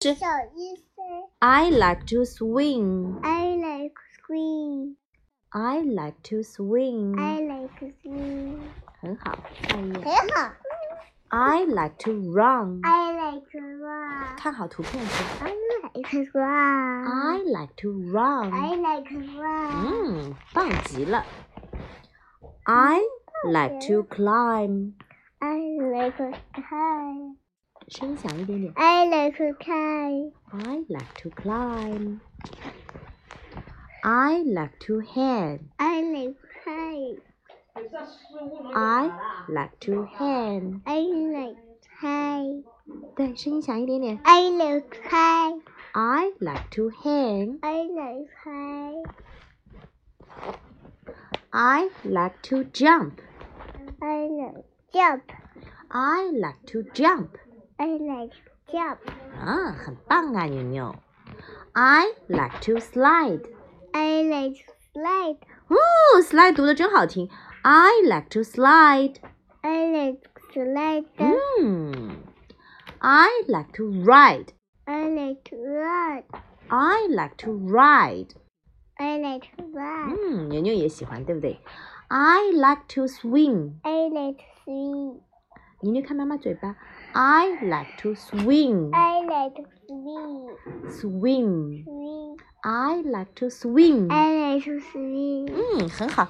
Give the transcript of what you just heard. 小医生， I like to swing. I like swing. I like to swing. I like swing. 很好，再一遍很好。 I like to run. I like run. 看好图片先。 I like run. I like to run. I like Hmm? run. 嗯，棒极了。I like to climb. I like climb. 声响一点点。 I like climb. I like to climb. I like to hand. I like climb. I like to hand. I like climb. 对，声音响一点点。 I like climb. I like to hang. I like climb. I like to jump. I like jump. I like to jump. I like jump. 啊，很棒啊，牛牛。I like to slide. I like slide. 哦，slide 读的真好听。I like to slide. I like slide. 嗯，I like to ride. I like run. I like to ride. I like run. 嗯，牛牛也喜欢，对不对？I like to swing. I like swing. 牛牛看妈妈嘴巴。I like to swing. I like swing. Swing. Swing. I like to swing. I like swing. 嗯，很好。